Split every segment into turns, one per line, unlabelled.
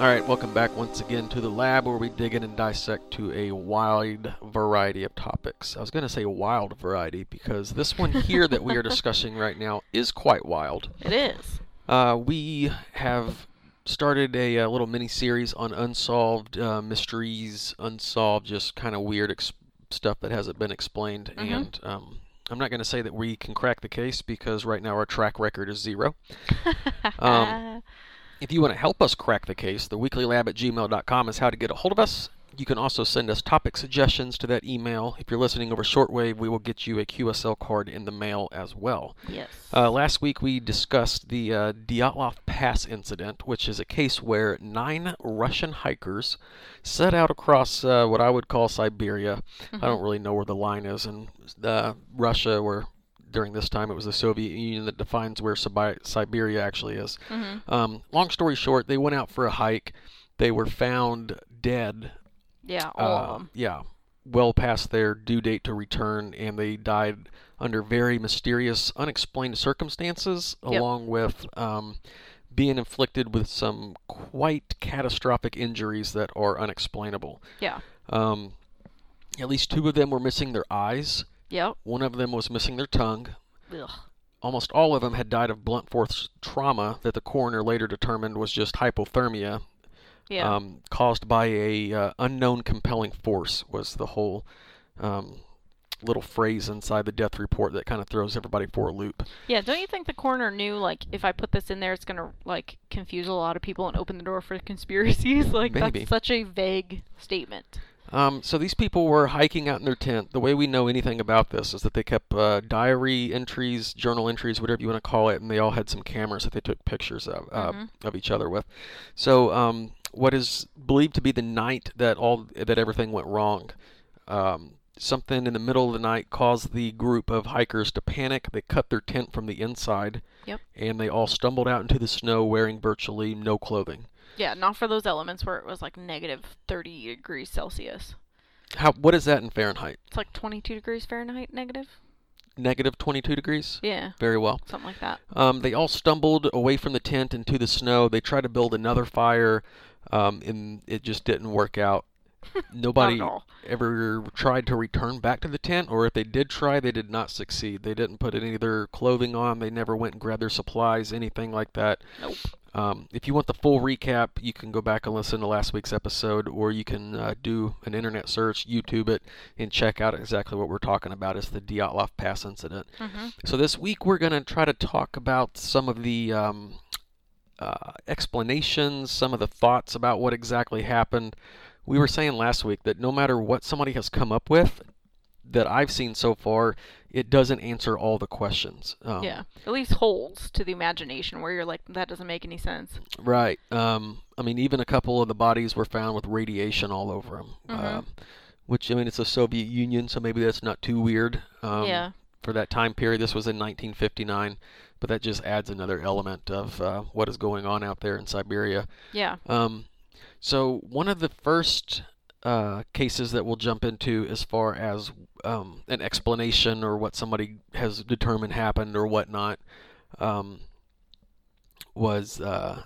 All right, welcome back once again to the lab where we dig in and dissect to a wide variety of topics. I was going to say wild variety because this one here that we are discussing right now is quite wild.
It is.
Uh, we have started a, uh little mini series on unsolved uh, mysteries, unsolved, just kind of weird ex- stuff that hasn't been explained.
Mhm.
And um, I'm not going to say that we can crack the case because right now our track record is zero. Um, If you want to help us crack the case, the weeklylab at gmail.com is how to get a hold of us. You can also send us topic suggestions to that email. If you're listening over shortwave, we will get you a QSL card in the mail as well.
yes.
Uh, last week we discussed the uh, Dyatlov Pass incident, which is a case where nine Russian hikers set out across uh, what I would call Siberia.
Mm-hmm,
I don't really know where the line is in uh, Russia, where during this time it was the Soviet Union that defines where Sibi- Siberia actually is.
Mhm.
Um, long story short, they went out for a hike. They were found dead
Yeah, all
uh,
of them.
Yeah, well past their due date to return, and they died under very mysterious, unexplained circumstances,
Yep.
along with um, being inflicted with some quite catastrophic injuries that are unexplainable.
Yeah.
Um, at least two of them were missing their eyes.
Yep.
One of them was missing their tongue.
Ugh.
Almost all of them had died of blunt force trauma that the coroner later determined was just hypothermia,
Yeah.
um, caused by a uh, unknown compelling force was the whole um, little phrase inside the death report that kind of throws everybody for a loop.
yeah. Don't you think the coroner knew like if I put this in there, it's gonna like confuse a lot of people and open the door for conspiracies? Like
Maybe.
that's such a vague statement.
Um, so these people were hiking out in their tent. The way we know anything about this is that they kept uh, diary entries, journal entries, whatever you want to call it, and they all had some cameras that they took pictures of uh,
Mhm.
of each other with. So um, what is believed to be the night that all that everything went wrong. Um, something in the middle of the night caused the group of hikers to panic. They cut their tent from the inside.
Yep.
And they all stumbled out into the snow wearing virtually no clothing.
Yeah, not for those elements where it was like negative thirty degrees Celsius.
How what is that in Fahrenheit?
It's like twenty-two degrees Fahrenheit negative.
Negative 22 degrees?
Yeah,
Very well.
something like that.
Um, they all stumbled away from the tent into the snow. They tried to build another fire, um, and it just didn't work out.
Not
Nobody
at all.
ever tried to return back to the tent, or if they did try, they did not succeed. They didn't put any of their clothing on. They never went and grabbed their supplies, anything like that.
Nope.
Um, if you want the full recap, you can go back and listen to last week's episode, or you can uh, do an internet search, YouTube it, and check out exactly what we're talking about. It's the Dyatlov Pass incident.
Mm-hmm.
So this week we're going to try to talk about some of the um, uh, explanations, some of the thoughts about what exactly happened. We were saying last week that no matter what somebody has come up with that I've seen so far, it doesn't answer all the questions. Um,
yeah, at least holds to the imagination where you're like that doesn't make any sense.
Right. Um, I mean, even a couple of the bodies were found with radiation all over them.
Mhm.
which I mean, it's the Soviet Union, so maybe that's not too weird. Um,
yeah.
for that time period. This was in 1959, but that just adds another element of uh, what is going on out there in Siberia.
Yeah.
Um, so one of the first uh, cases that we'll jump into as far as um, an explanation or what somebody has determined happened or whatnot um, was. Uh,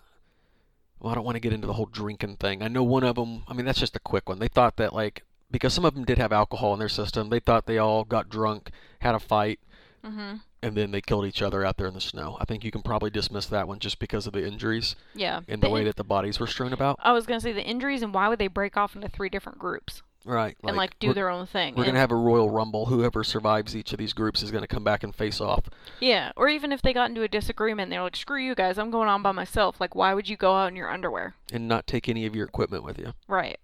well, I don't want to get into the whole drinking thing. I know one of them. I mean, that's just a quick one. They thought that like because some of them did have alcohol in their system, they thought they all got drunk, had a fight,
Mm-hmm.
and then they killed each other out there in the snow. I think you can probably dismiss that one just because of the injuries
Yeah.
and the
The
way
in-
that the bodies were strewn about.
I was gonna say the injuries and why would they break off into three different groups
Right.
and like do
we're,
their own thing.
We're
and-
gonna have a royal rumble. Whoever survives each of these groups is gonna come back and face off.
yeah, or even if they got into a disagreement, they're like, "Screw you guys, I'm going on by myself." Like, why would you go out in your underwear?
and not take any of your equipment with you.
Right.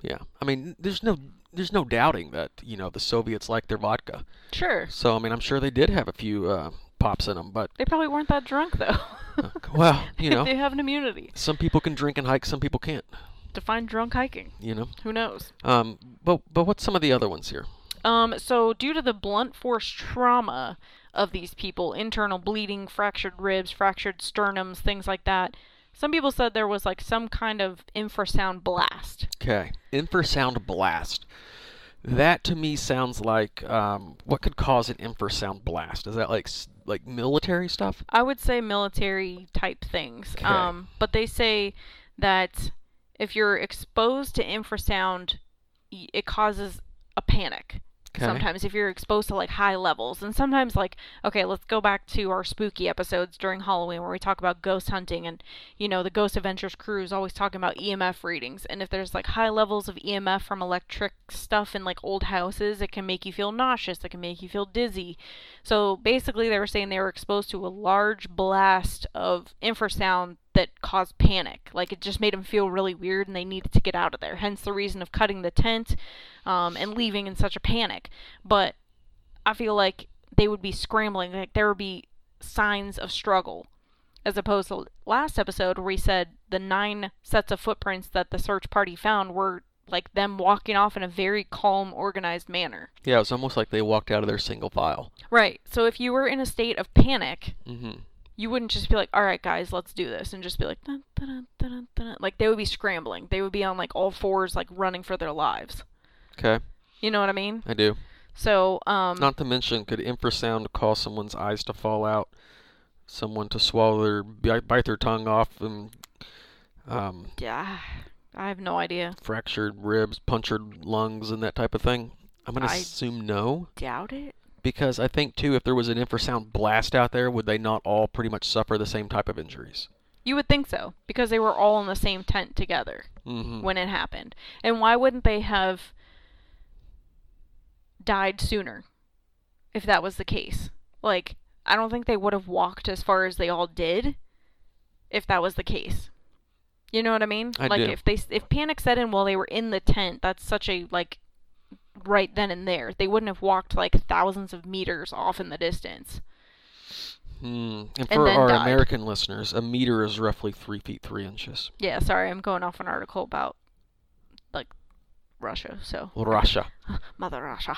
Yeah. I mean, there's no there's no doubting that you know the Soviets like their vodka.
Sure.
So I mean, I'm sure they did have a few uh, pops in them, but
They probably weren't that drunk though.
Uh, well, you know,
they have an immunity.
some people can drink and hike, some people can't.
Define drunk hiking.
You know.
Who knows?
Um. But but what's some of the other ones here?
Um. So due to the blunt force trauma of these people, internal bleeding, fractured ribs, fractured sternums, things like that. Some people said there was like some kind of infrasound blast.
Okay. Infrasound blast. That to me sounds like um, what could cause an infrasound blast? Is that like s- like military stuff?
I would say military type things.
'Kay.
Um, but they say that if you're exposed to infrasound, y- it causes a panic.
Okay.
Sometimes if you're exposed to like high levels, and sometimes like okay, let's go back to our spooky episodes during Halloween where we talk about ghost hunting and you know the Ghost Adventures crew is always talking about EMF readings, and if there's like high levels of EMF from electric stuff in like old houses, it can make you feel nauseous, it can make you feel dizzy. So basically, they were saying they were exposed to a large blast of infrasound that caused panic. Like it just made them feel really weird and they needed to get out of there. Hence the reason of cutting the tent um, and leaving in such a panic. But I feel like they would be scrambling. Like there would be signs of struggle. As opposed to last episode where we said the nine sets of footprints that the search party found were like them walking off in a very calm, organized manner.
Yeah, it's almost like they walked out of their single file.
Right. So if you were in a state of panic,
hmm
you wouldn't just be like, all right, guys, let's do this, and just be like, dun, dun, dun, dun, dun, dun. like they would be scrambling. They would be on like all fours, like running for their lives.
Okay,
You know what I mean?
I do.
So, um,
Not to mention, could infrasound cause someone's eyes to fall out, someone to swallow their bi- bite their tongue off, and um,
yeah, I have no idea.
fractured ribs, punctured lungs, and that type of thing? I'm gonna
I-
assume no,
Doubt it.
because I think too, if there was an infrasound blast out there, would they not all pretty much suffer the same type of injuries?
You would think so because they were all in the same tent together
Mm-hmm.
when it happened, and why wouldn't they have died sooner if that was the case? Like, I don't think they would have walked as far as they all did if that was the case. You know what I mean?
I
like
do.
if they s- if panic set in while they were in the tent, that's such a like right then and there. They wouldn't have walked like thousands of meters off in the distance.
Hmm. And for
then
our
died.
American listeners, a meter is roughly three feet three inches.
Yeah, sorry, I'm going off an article about like Russia, so
Russia.
Mother Russia.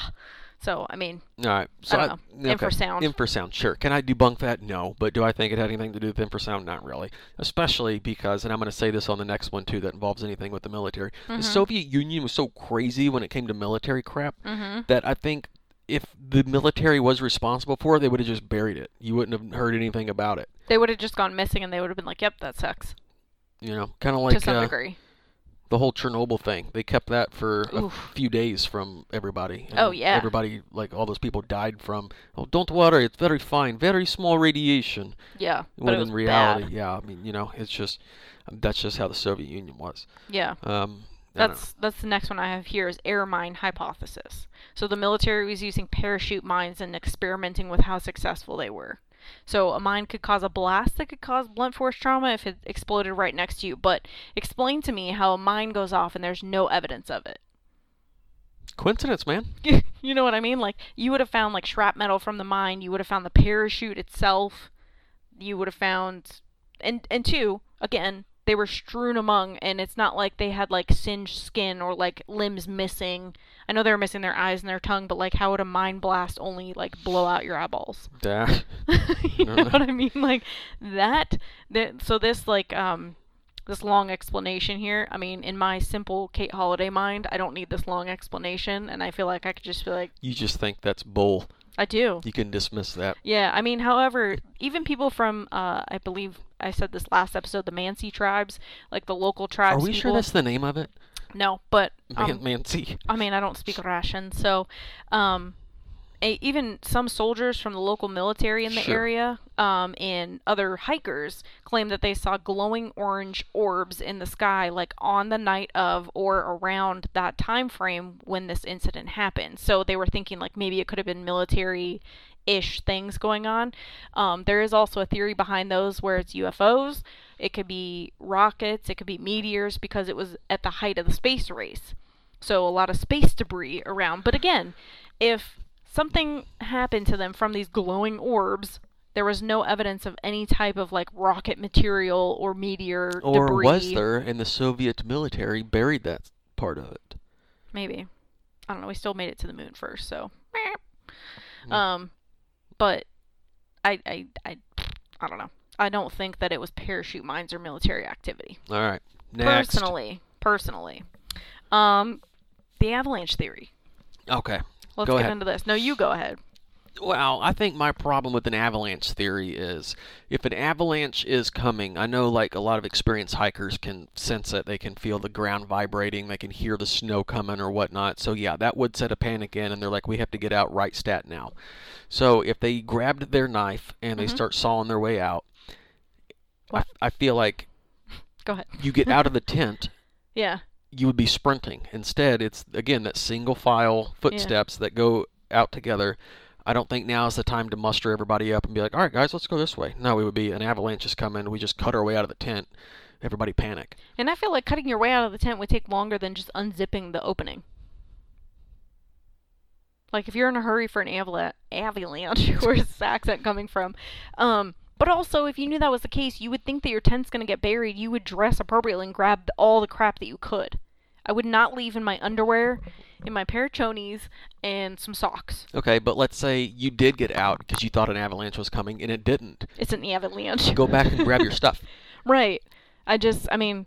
So, I mean,
All right. So
don't know. Infrasound.
Infrasound. Sure. Can I debunk that? No. But do I think it had anything to do with infrasound? Not really. Especially because, and I'm going to say this on the next one too, that involves anything with the military.
Mm-hmm.
The Soviet Union was so crazy when it came to military crap
mhm.
that I think if the military was responsible for it, they would have just buried it. You wouldn't have heard anything about it.
They would have just gone missing and they would have been like, "Yep, that sucks."
You know, kind of
to
like
some
uh,
degree.
the whole Chernobyl thing. They kept that for a
Oof.
few days from everybody.
Oh,
and
yeah.
Everybody, like all those people, died from. Oh, don't worry, it's very fine, very small radiation.
Yeah. But
When
it was
in reality, yeah, I mean, you know, it's just that's just how the Soviet Union was.
bad. Yeah.
Um, I don't know.
That's that's the next one I have here is air mine hypothesis. So the military was using parachute mines and experimenting with how successful they were. So a mine could cause a blast that could cause blunt force trauma if it exploded right next to you. But explain to me how a mine goes off and there's no evidence of it.
coincidence, man.
you know what I mean? Like you would have found like shrapnel from the mine, you would have found the parachute itself, you would have found and and two, again, they were strewn among and it's not like they had like singed skin or like limbs missing. I know they were missing their eyes and their tongue, but like how would a mine blast only like blow out your eyeballs?
Duh.
you know
know.
what I mean? Like that, that. So this like um, this long explanation here. I mean, in my simple Kate Holiday mind, I don't need this long explanation, and I feel like I could just be like,
you just think that's bull.
I do.
You can dismiss that.
Yeah, I mean, however, even people from uh, I believe I said this last episode, the Mansi tribes, like the local
Are
tribes.
we sure
people-
that's the name of it?
No, but
Man,
um,
Mansi.
I mean, I don't speak Russian, so um, a, even some soldiers from the local military in the
Sure.
area um, and other hikers claim that they saw glowing orange orbs in the sky, like on the night of or around that time frame when this incident happened. So they were thinking like maybe it could have been military ish things going on. Um, there is also a theory behind those where it's UFOs, it could be rockets, it could be meteors because it was at the height of the space race. So a lot of space debris around. But again, if something happened to them from these glowing orbs, there was no evidence of any type of like rocket material or meteor
Or
debris.
was there? And the Soviet military buried that part of it.
Maybe. I don't know. We still made it to the moon first, so.
Hmm.
Um, but I, I, I, I don't know. I don't think that it was parachute mines or military activity.
All right. Next.
Personally, personally, um, the avalanche theory.
Okay.
Let's
Go
get
ahead.
into this. No, you go ahead.
Well, I think my problem with an avalanche theory is if an avalanche is coming, I know like a lot of experienced hikers can sense it. They can feel the ground vibrating. They can hear the snow coming or whatnot. So, yeah, that would set a panic in, and they're like, we have to get out right stat now. So, if they grabbed their knife and they
Mhm.
start sawing their way out, I,
What?
I feel like
Go ahead.
you get out of the tent
Yeah.
you would be sprinting. Instead, it's again that single file footsteps that go out together. I don't think now is the time to muster everybody up and be like, "All right, guys, let's go this way." No, it would be an avalanche is coming. We just cut our way out of the tent. Everybody panic.
And I feel like cutting your way out of the tent would take longer than just unzipping the opening. Like if you're in a hurry for an avla- avalanche, where's this accent coming from? Um, but also, if you knew that was the case, you would think that your tent's gonna get buried. You would dress appropriately and grab all the crap that you could. I would not leave in my underwear, in my pair of chonies, and some socks.
Okay, but let's say you did get out because you thought an avalanche was coming and it didn't.
It's an avalanche.
Go back and grab your stuff.
Right. I just, I mean,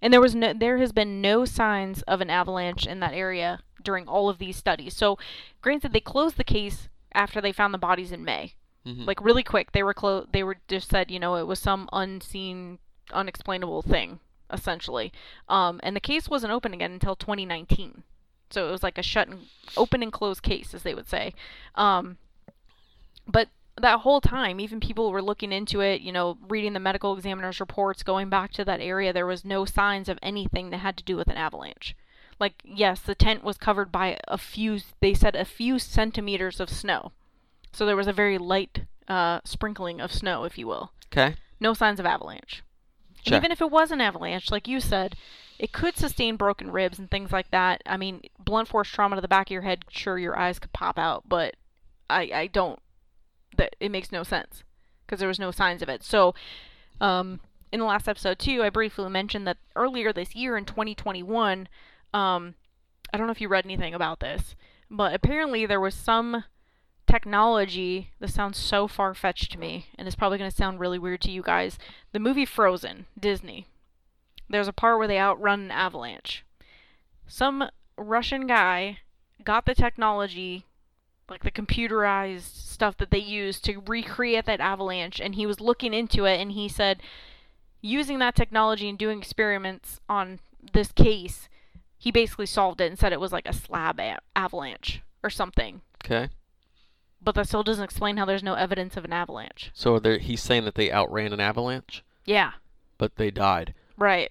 and there was no, there has been no signs of an avalanche in that area during all of these studies. So, granted, they closed the case after they found the bodies in May,
Mhm.
like really quick. They were clo- They were just said, you know, it was some unseen, unexplainable thing, essentially. Um, and the case wasn't open again until 2019. So it was like a shut and open and close case, as they would say. Um, but that whole time, even people were looking into it, you know, reading the medical examiner's reports, going back to that area, there was no signs of anything that had to do with an avalanche. Like, yes, the tent was covered by a few, they said a few centimeters of snow. So there was a very light uh, sprinkling of snow, if you will.
okay.
No signs of avalanche. And
Check.
even if it was an avalanche, like you said, it could sustain broken ribs and things like that. I mean, blunt force trauma to the back of your head, sure, your eyes could pop out, but I, I don't. That it makes no sense because there was no signs of it. So, um, in the last episode too, I briefly mentioned that earlier this year in 2021, um, I don't know if you read anything about this, but apparently there was some technology. This sounds so far fetched to me, and it's probably going to sound really weird to you guys. The movie Frozen, Disney. There's a part where they outrun an avalanche. Some Russian guy got the technology, like the computerized stuff that they use to recreate that avalanche, and he was looking into it and he said, using that technology and doing experiments on this case, he basically solved it and said it was like a slab a- avalanche or something.
Okay.
But that still doesn't explain how there's no evidence of an avalanche.
So are there, he's saying that they outran an avalanche,
Yeah,
but they died
right.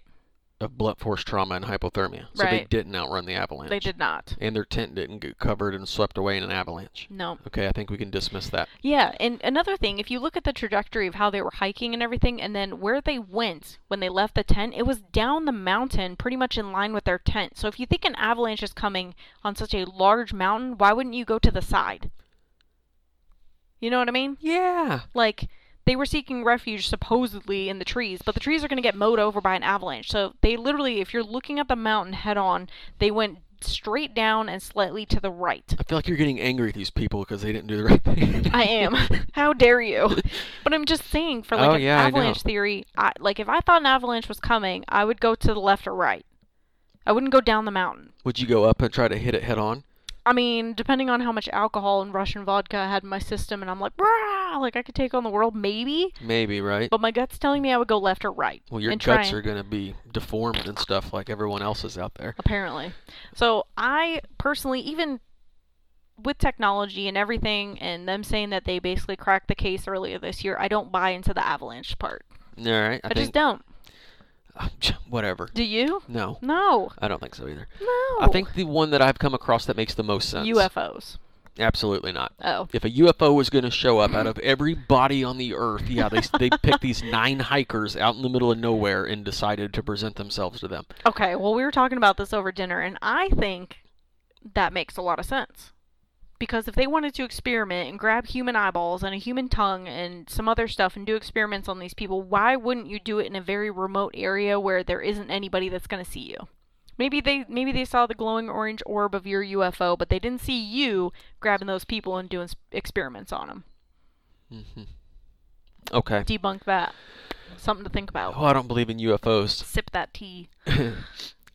of blunt force trauma and hypothermia. So they
Right.
didn't outrun the avalanche.
They did not.
And their tent didn't get covered and swept away in an avalanche.
No.
Okay, I think we can dismiss that.
Yeah, and another thing, if you look at the trajectory of how they were hiking and everything, and then where they went when they left the tent, it was down the mountain, pretty much in line with their tent. So if you think an avalanche is coming on such a large mountain, why wouldn't you go to the side? You know what I mean?
Yeah.
Like, they were seeking refuge supposedly in the trees, but the trees are going to get mowed over by an avalanche. So they literally, if you're looking at the mountain head on, they went straight down and slightly to the right.
I feel like you're getting angry at these people because they didn't do the right thing.
I am. How dare you? But I'm just saying, for like
Oh,
an
yeah, I know.
avalanche theory, I, like if I thought an avalanche was coming, I would go to the left or right. I wouldn't go down the mountain.
Would you go up and try to hit it head on?
I mean, depending on how much alcohol and Russian vodka I had in my system, and I'm like, Rah! like I could take on the world, maybe.
Maybe, right?
But my gut's telling me I would go left or right.
Well, your
Oh, and try
guts
and-
are going to be deformed and stuff like everyone else's out there.
apparently. So I personally, even with technology and everything, and them saying that they basically cracked the case earlier this year, I don't buy into the avalanche part.
All right. I,
I just
think.
don't.
whatever.
Do you?
No,
No.
I don't think so either.
No.
I think the one that I've come across that makes the most sense.
UFOs.
Absolutely not.
Oh.
If a UFO was going to show up out of every body on the earth, yeah, they, they picked these nine hikers out in the middle of nowhere and decided to present themselves to them.
Okay, well we were talking about this over dinner and I think that makes a lot of sense. Because if they wanted to experiment and grab human eyeballs and a human tongue and some other stuff and do experiments on these people, why wouldn't you do it in a very remote area where there isn't anybody that's going to see you? Maybe they maybe they saw the glowing orange orb of your UFO, but they didn't see you grabbing those people and doing s- experiments on them.
hmm Okay.
Debunk that. Something to think about.
Oh, I don't believe in UFOs.
Sip that tea.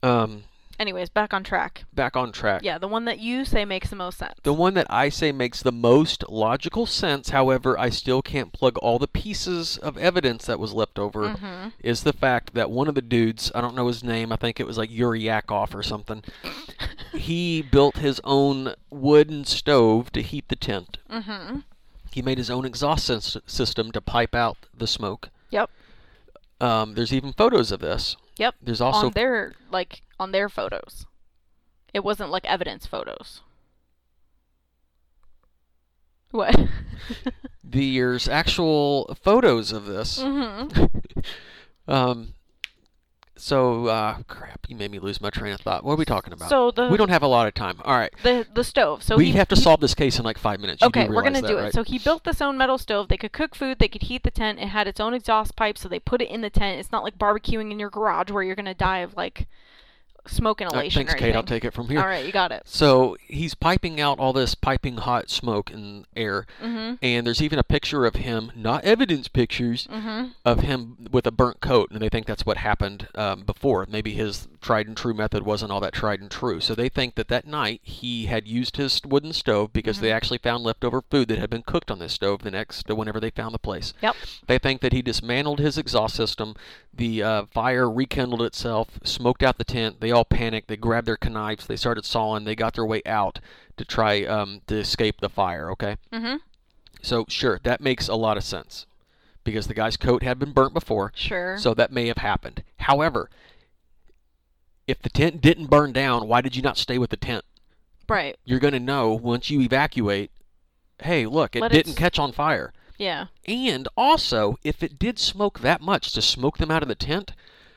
um,
Anyways, back on track.
Back on track.
Yeah, the one that you say makes the most sense.
The one that I say makes the most logical sense, however, I still can't plug all the pieces of evidence that was left over,
Mm-hmm.
is the fact that one of the dudes, I don't know his name, I think it was like Yuri Yakov or something, he built his own wooden stove to heat the tent. Mm-hmm. He made his own exhaust sys- system to pipe out the smoke.
Yep.
Um, there's even photos of this.
Yep.
There's also
on their like on their photos. It wasn't like evidence photos. What?
there's actual photos of this. Mm-hmm.
Mm-hmm.
um, so uh, crap, you made me lose my train of thought. What are we talking about?
So the-
we don't have a lot of time. All right,
the the stove. So
we
he
have to solve this case in like five minutes. You do
Okay, we're
realize
gonna
that,
do it.
right?
So he built this own metal stove. They could cook food. They could heat the tent. It had its own exhaust pipe, so they put it in the tent. It's not like barbecuing in your garage where you're gonna die of like smoke
All right,
inhalation
thanks,
or anything.
Kate. I'll take it from here.
All right, you got it.
So he's piping out all this piping hot smoke and air,
Mm-hmm.
and there's even a picture of him, not evidence pictures,
Mm-hmm.
of him with a burnt coat, and they think that's what happened um, before. Maybe his tried and true method wasn't all that tried and true, so they think that that night he had used his wooden stove because they actually found leftover food that had been cooked on this stove the next whenever they found the place.
Yep.
They think that he dismantled his exhaust system. The uh, fire rekindled itself, smoked out the tent. They all panicked. They grabbed their knives. They started sawing. They got their way out to try um, to escape the fire. Okay. Mm-hmm. So sure, that makes a lot of sense because the guy's coat had been burnt before.
Sure.
So that may have happened. However, if the tent didn't burn down, why did you not stay with the tent?
right.
You're gonna know once you evacuate. Hey, look, it
Let it
didn't
s-
catch on fire.
Yeah.
And also, if it did smoke that much to smoke them out of the tent,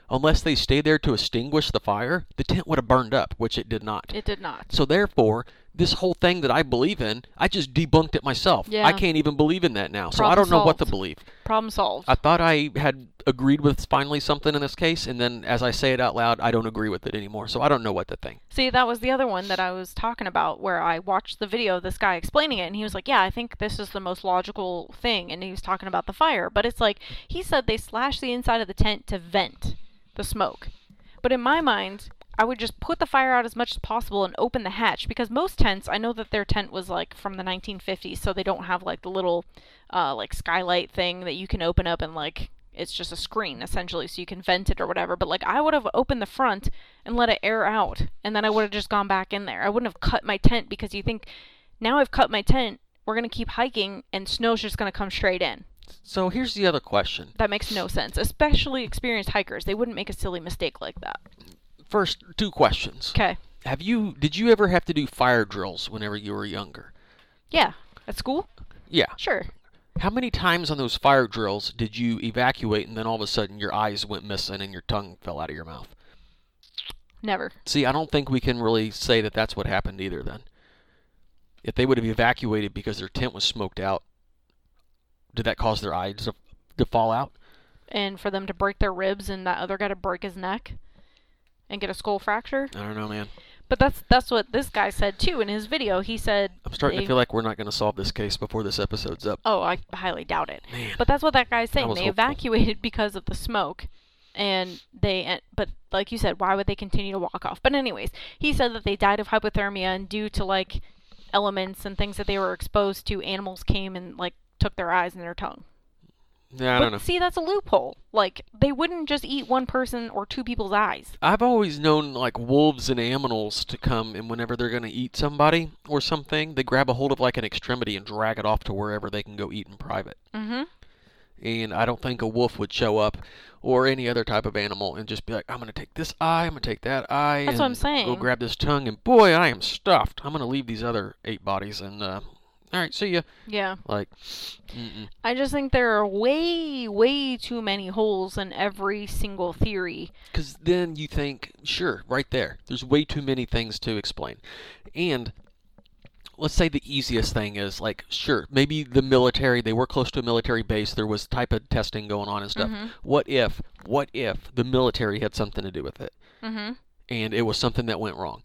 unless they stayed there to extinguish the fire, the tent would have burned up, which it did not.
It did not.
so therefore, this whole thing that I believe in, I just debunked it myself.
Yeah.
I can't even believe in that now. So I
Problem
don't know what to
solved.
believe.
Problem solved.
I thought I had agreed with finally something in this case, and then as I say it out loud, I don't agree with it anymore. So I don't know what to think.
See, that was the other one that I was talking about where I watched the video of this guy explaining it and he was like, "Yeah, I think this is the most logical thing." And he was talking about the fire, but it's like he said they slashed the inside of the tent to vent the smoke. But in my mind, I would just put the fire out as much as possible and open the hatch because most tents, I know that their tent was like from the 1950s, so they don't have like the little uh, like skylight thing that you can open up and like it's just a screen essentially, so you can vent it or whatever. But like I would have opened the front and let it air out, and then I would have just gone back in there. I wouldn't have cut my tent because you think now I've cut my tent, we're gonna keep hiking and snow's just gonna come straight in.
So here's the other question.
That makes no sense, especially experienced hikers. They wouldn't make a silly mistake like that.
First, two questions.
Okay.
Have you did you ever have to do fire drills whenever you were younger?
Yeah. At school?
Yeah.
Sure.
How many times on those fire drills did you evacuate and then all of a sudden your eyes went missing and your tongue fell out of your mouth?
Never.
See, I don't think we can really say that that's what happened either then. If they would have evacuated because their tent was smoked out, did that cause their eyes to, to fall out?
And for them to break their ribs and that other guy to break his neck and get a skull fracture.
I don't know, man.
But that's that's what this guy said too in his video. He said
I'm starting
they-
to feel like we're not going to solve this case before this episode's up.
Oh, I highly doubt it.
Man.
But that's what that guy's saying.
was
They
hopeful.
evacuated because of the smoke, and they. and- But like you said, why would they continue to walk off? But anyways, he said that they died of hypothermia and due to like elements and things that they were exposed to, animals came and like took their eyes and their tongue.
Yeah, I
but
don't know.
see, that's a loophole. Like they wouldn't just eat one person or two people's eyes.
I've always known like wolves and animals to come and whenever they're going to eat somebody or something, they grab a hold of like an extremity and drag it off to wherever they can go eat in private.
Mm-hmm.
And I don't think a wolf would show up or any other type of animal and just be like, I'm going to take this eye, I'm going to take that eye.
That's what I'm
and Go
saying.
grab this tongue and boy, I am stuffed. I'm going to leave these other eight bodies and, uh, all right, see ya.
Yeah.
Like, mm-mm.
I just think there are way, way too many holes in every single theory.
Because then you think, sure, right there. There's way too many things to explain. And let's say the easiest thing is like, sure, maybe the military, they were close to a military base, there was type of testing going on and stuff.
Mm-hmm.
What if, what if the military had something to do with it?
Mm-hmm.
And it was something that went wrong?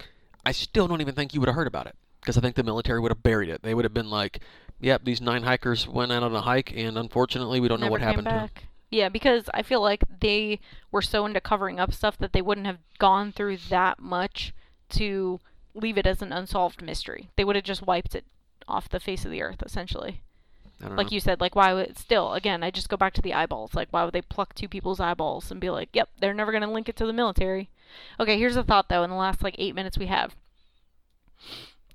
I still don't even think you would have heard about it. Because I think the military would have buried it. They would have been like, yep, these nine hikers went out on a hike, and unfortunately, we don't know what happened to them.
Yeah, because I feel like they were so into covering up stuff that they wouldn't have gone through that much to leave it as an unsolved mystery. They would have just wiped it off the face of the earth, essentially.
I don't
Like
know.
you said, like why would still again? I just go back to the eyeballs. Like why would they pluck two people's eyeballs and be like, "Yep, they're never gonna link it to the military." Okay, here's a thought though. In the last like eight minutes we have.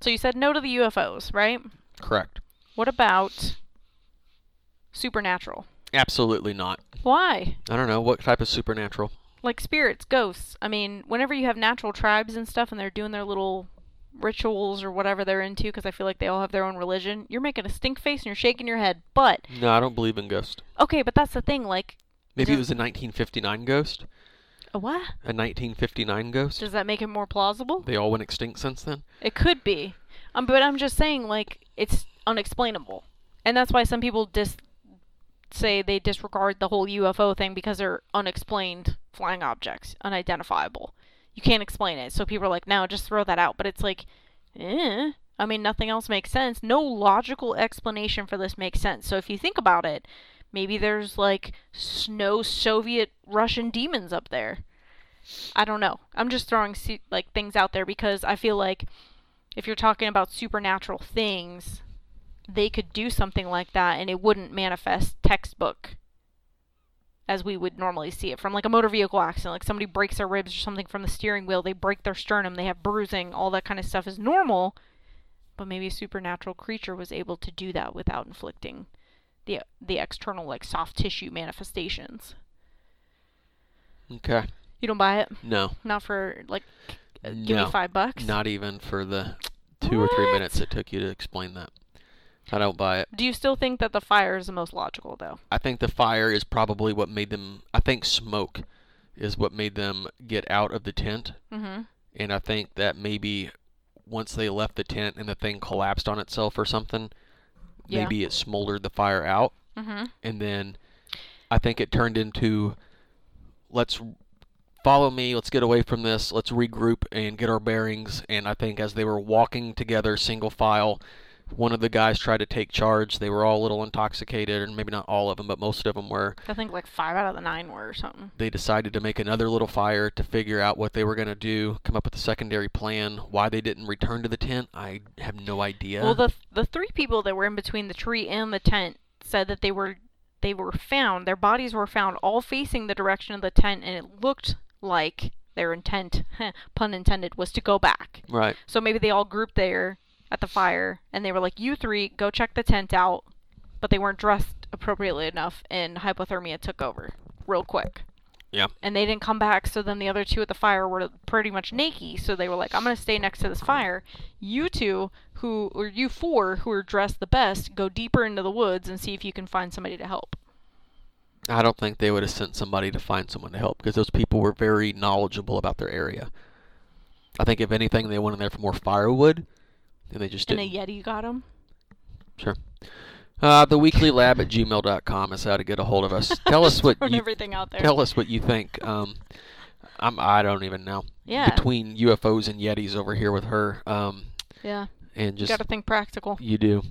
So you said no to the UFOs, right?
Correct.
What about supernatural?
Absolutely not.
Why?
I don't know what type of supernatural.
like spirits, ghosts. I mean, whenever you have natural tribes and stuff and they're doing their little rituals or whatever they're into, because I feel like they all have their own religion, you're making a stink face and you're shaking your head. But,
No, I don't believe in ghosts.
okay, but that's the thing. Like,
Maybe it
Does-
was a 1959 ghost.
a what?
A 1959 ghost.
Does that make it more plausible?
They all went extinct since then.
It could be. Um, but I'm just saying, like, it's unexplainable. And that's why some people dis- say they disregard the whole UFO thing because they're unexplained flying objects, unidentifiable. You can't explain it. So people are like, no, just throw that out. But it's like, eh. I mean, nothing else makes sense. No logical explanation for this makes sense. So if you think about it, maybe there's like snow Soviet Russian demons up there. I don't know. I'm just throwing su- like things out there because I feel like if you're talking about supernatural things, they could do something like that and it wouldn't manifest textbook as we would normally see it from like a motor vehicle accident, like somebody breaks their ribs or something from the steering wheel, they break their sternum, they have bruising, all that kind of stuff is normal, but maybe a supernatural creature was able to do that without inflicting the the external like soft tissue manifestations.
Okay.
You don't buy it?
No,
Not for like uh, give
No.
me 5 bucks?
not even for the two or three
What?
minutes it took you to explain that. I don't buy it.
Do you still think that the fire is the most logical though?
I think the fire is probably what made them. I think smoke is what made them get out of the tent.
Mhm.
And I think that maybe once they left the tent and the thing collapsed on itself or something,
Yeah.
maybe it smoldered the fire out.
Mhm.
and then I think it turned into let's follow me, let's get away from this, let's regroup and get our bearings. And I think as they were walking together, single file, one of the guys tried to take charge. They were all a little intoxicated, and maybe not all of them, but most of them were.
I think like five out of the nine were or something.
They decided to make another little fire to figure out what they were going to do, come up with a secondary plan. Why they didn't return to the tent, I have no idea.
Well, the the three people that were in between the tree and the tent said that they were they were found. Their bodies were found all facing the direction of the tent, and it looked like their intent, pun intended, was to go back.
right.
So maybe they all grouped there at the fire, and they were like, "You three, go check the tent out," but they weren't dressed appropriately enough, and hypothermia took over real quick.
Yeah.
And they didn't come back, so then the other two at the fire were pretty much naked. So they were like, "I'm gonna stay next to this fire. You two, who or you four who are dressed the best, go deeper into the woods and see if you can find somebody to help."
I don't think they would have sent somebody to find someone to help because those people were very knowledgeable about their area. I think if anything, they went in there for more firewood, and they just
And
didn't.
a yeti got him.
uh, the weekly lab at gmail.com is how to get a hold of us. Tell us what
Throwing
you
everything out there.
tell us what you think. Um, I'm I don't even know
yeah.
between UFOs and Yetis over here with her. Um,
yeah.
and
You
just
gotta think practical.
you do.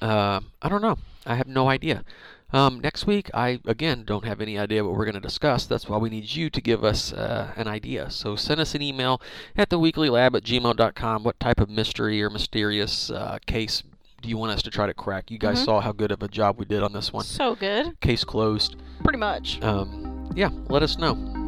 Um, I don't know. I have no idea. Um, next week, I again don't have any idea what we're going to discuss. That's why we need you to give us uh, an idea. So send us an email at theweeklylab at gmail.com. What type of mystery or mysterious uh, case do you want us to try to crack? You guys
Mhm.
saw how good of a job we did on this one.
So good.
Case closed.
Pretty much.
Um, yeah, let us know.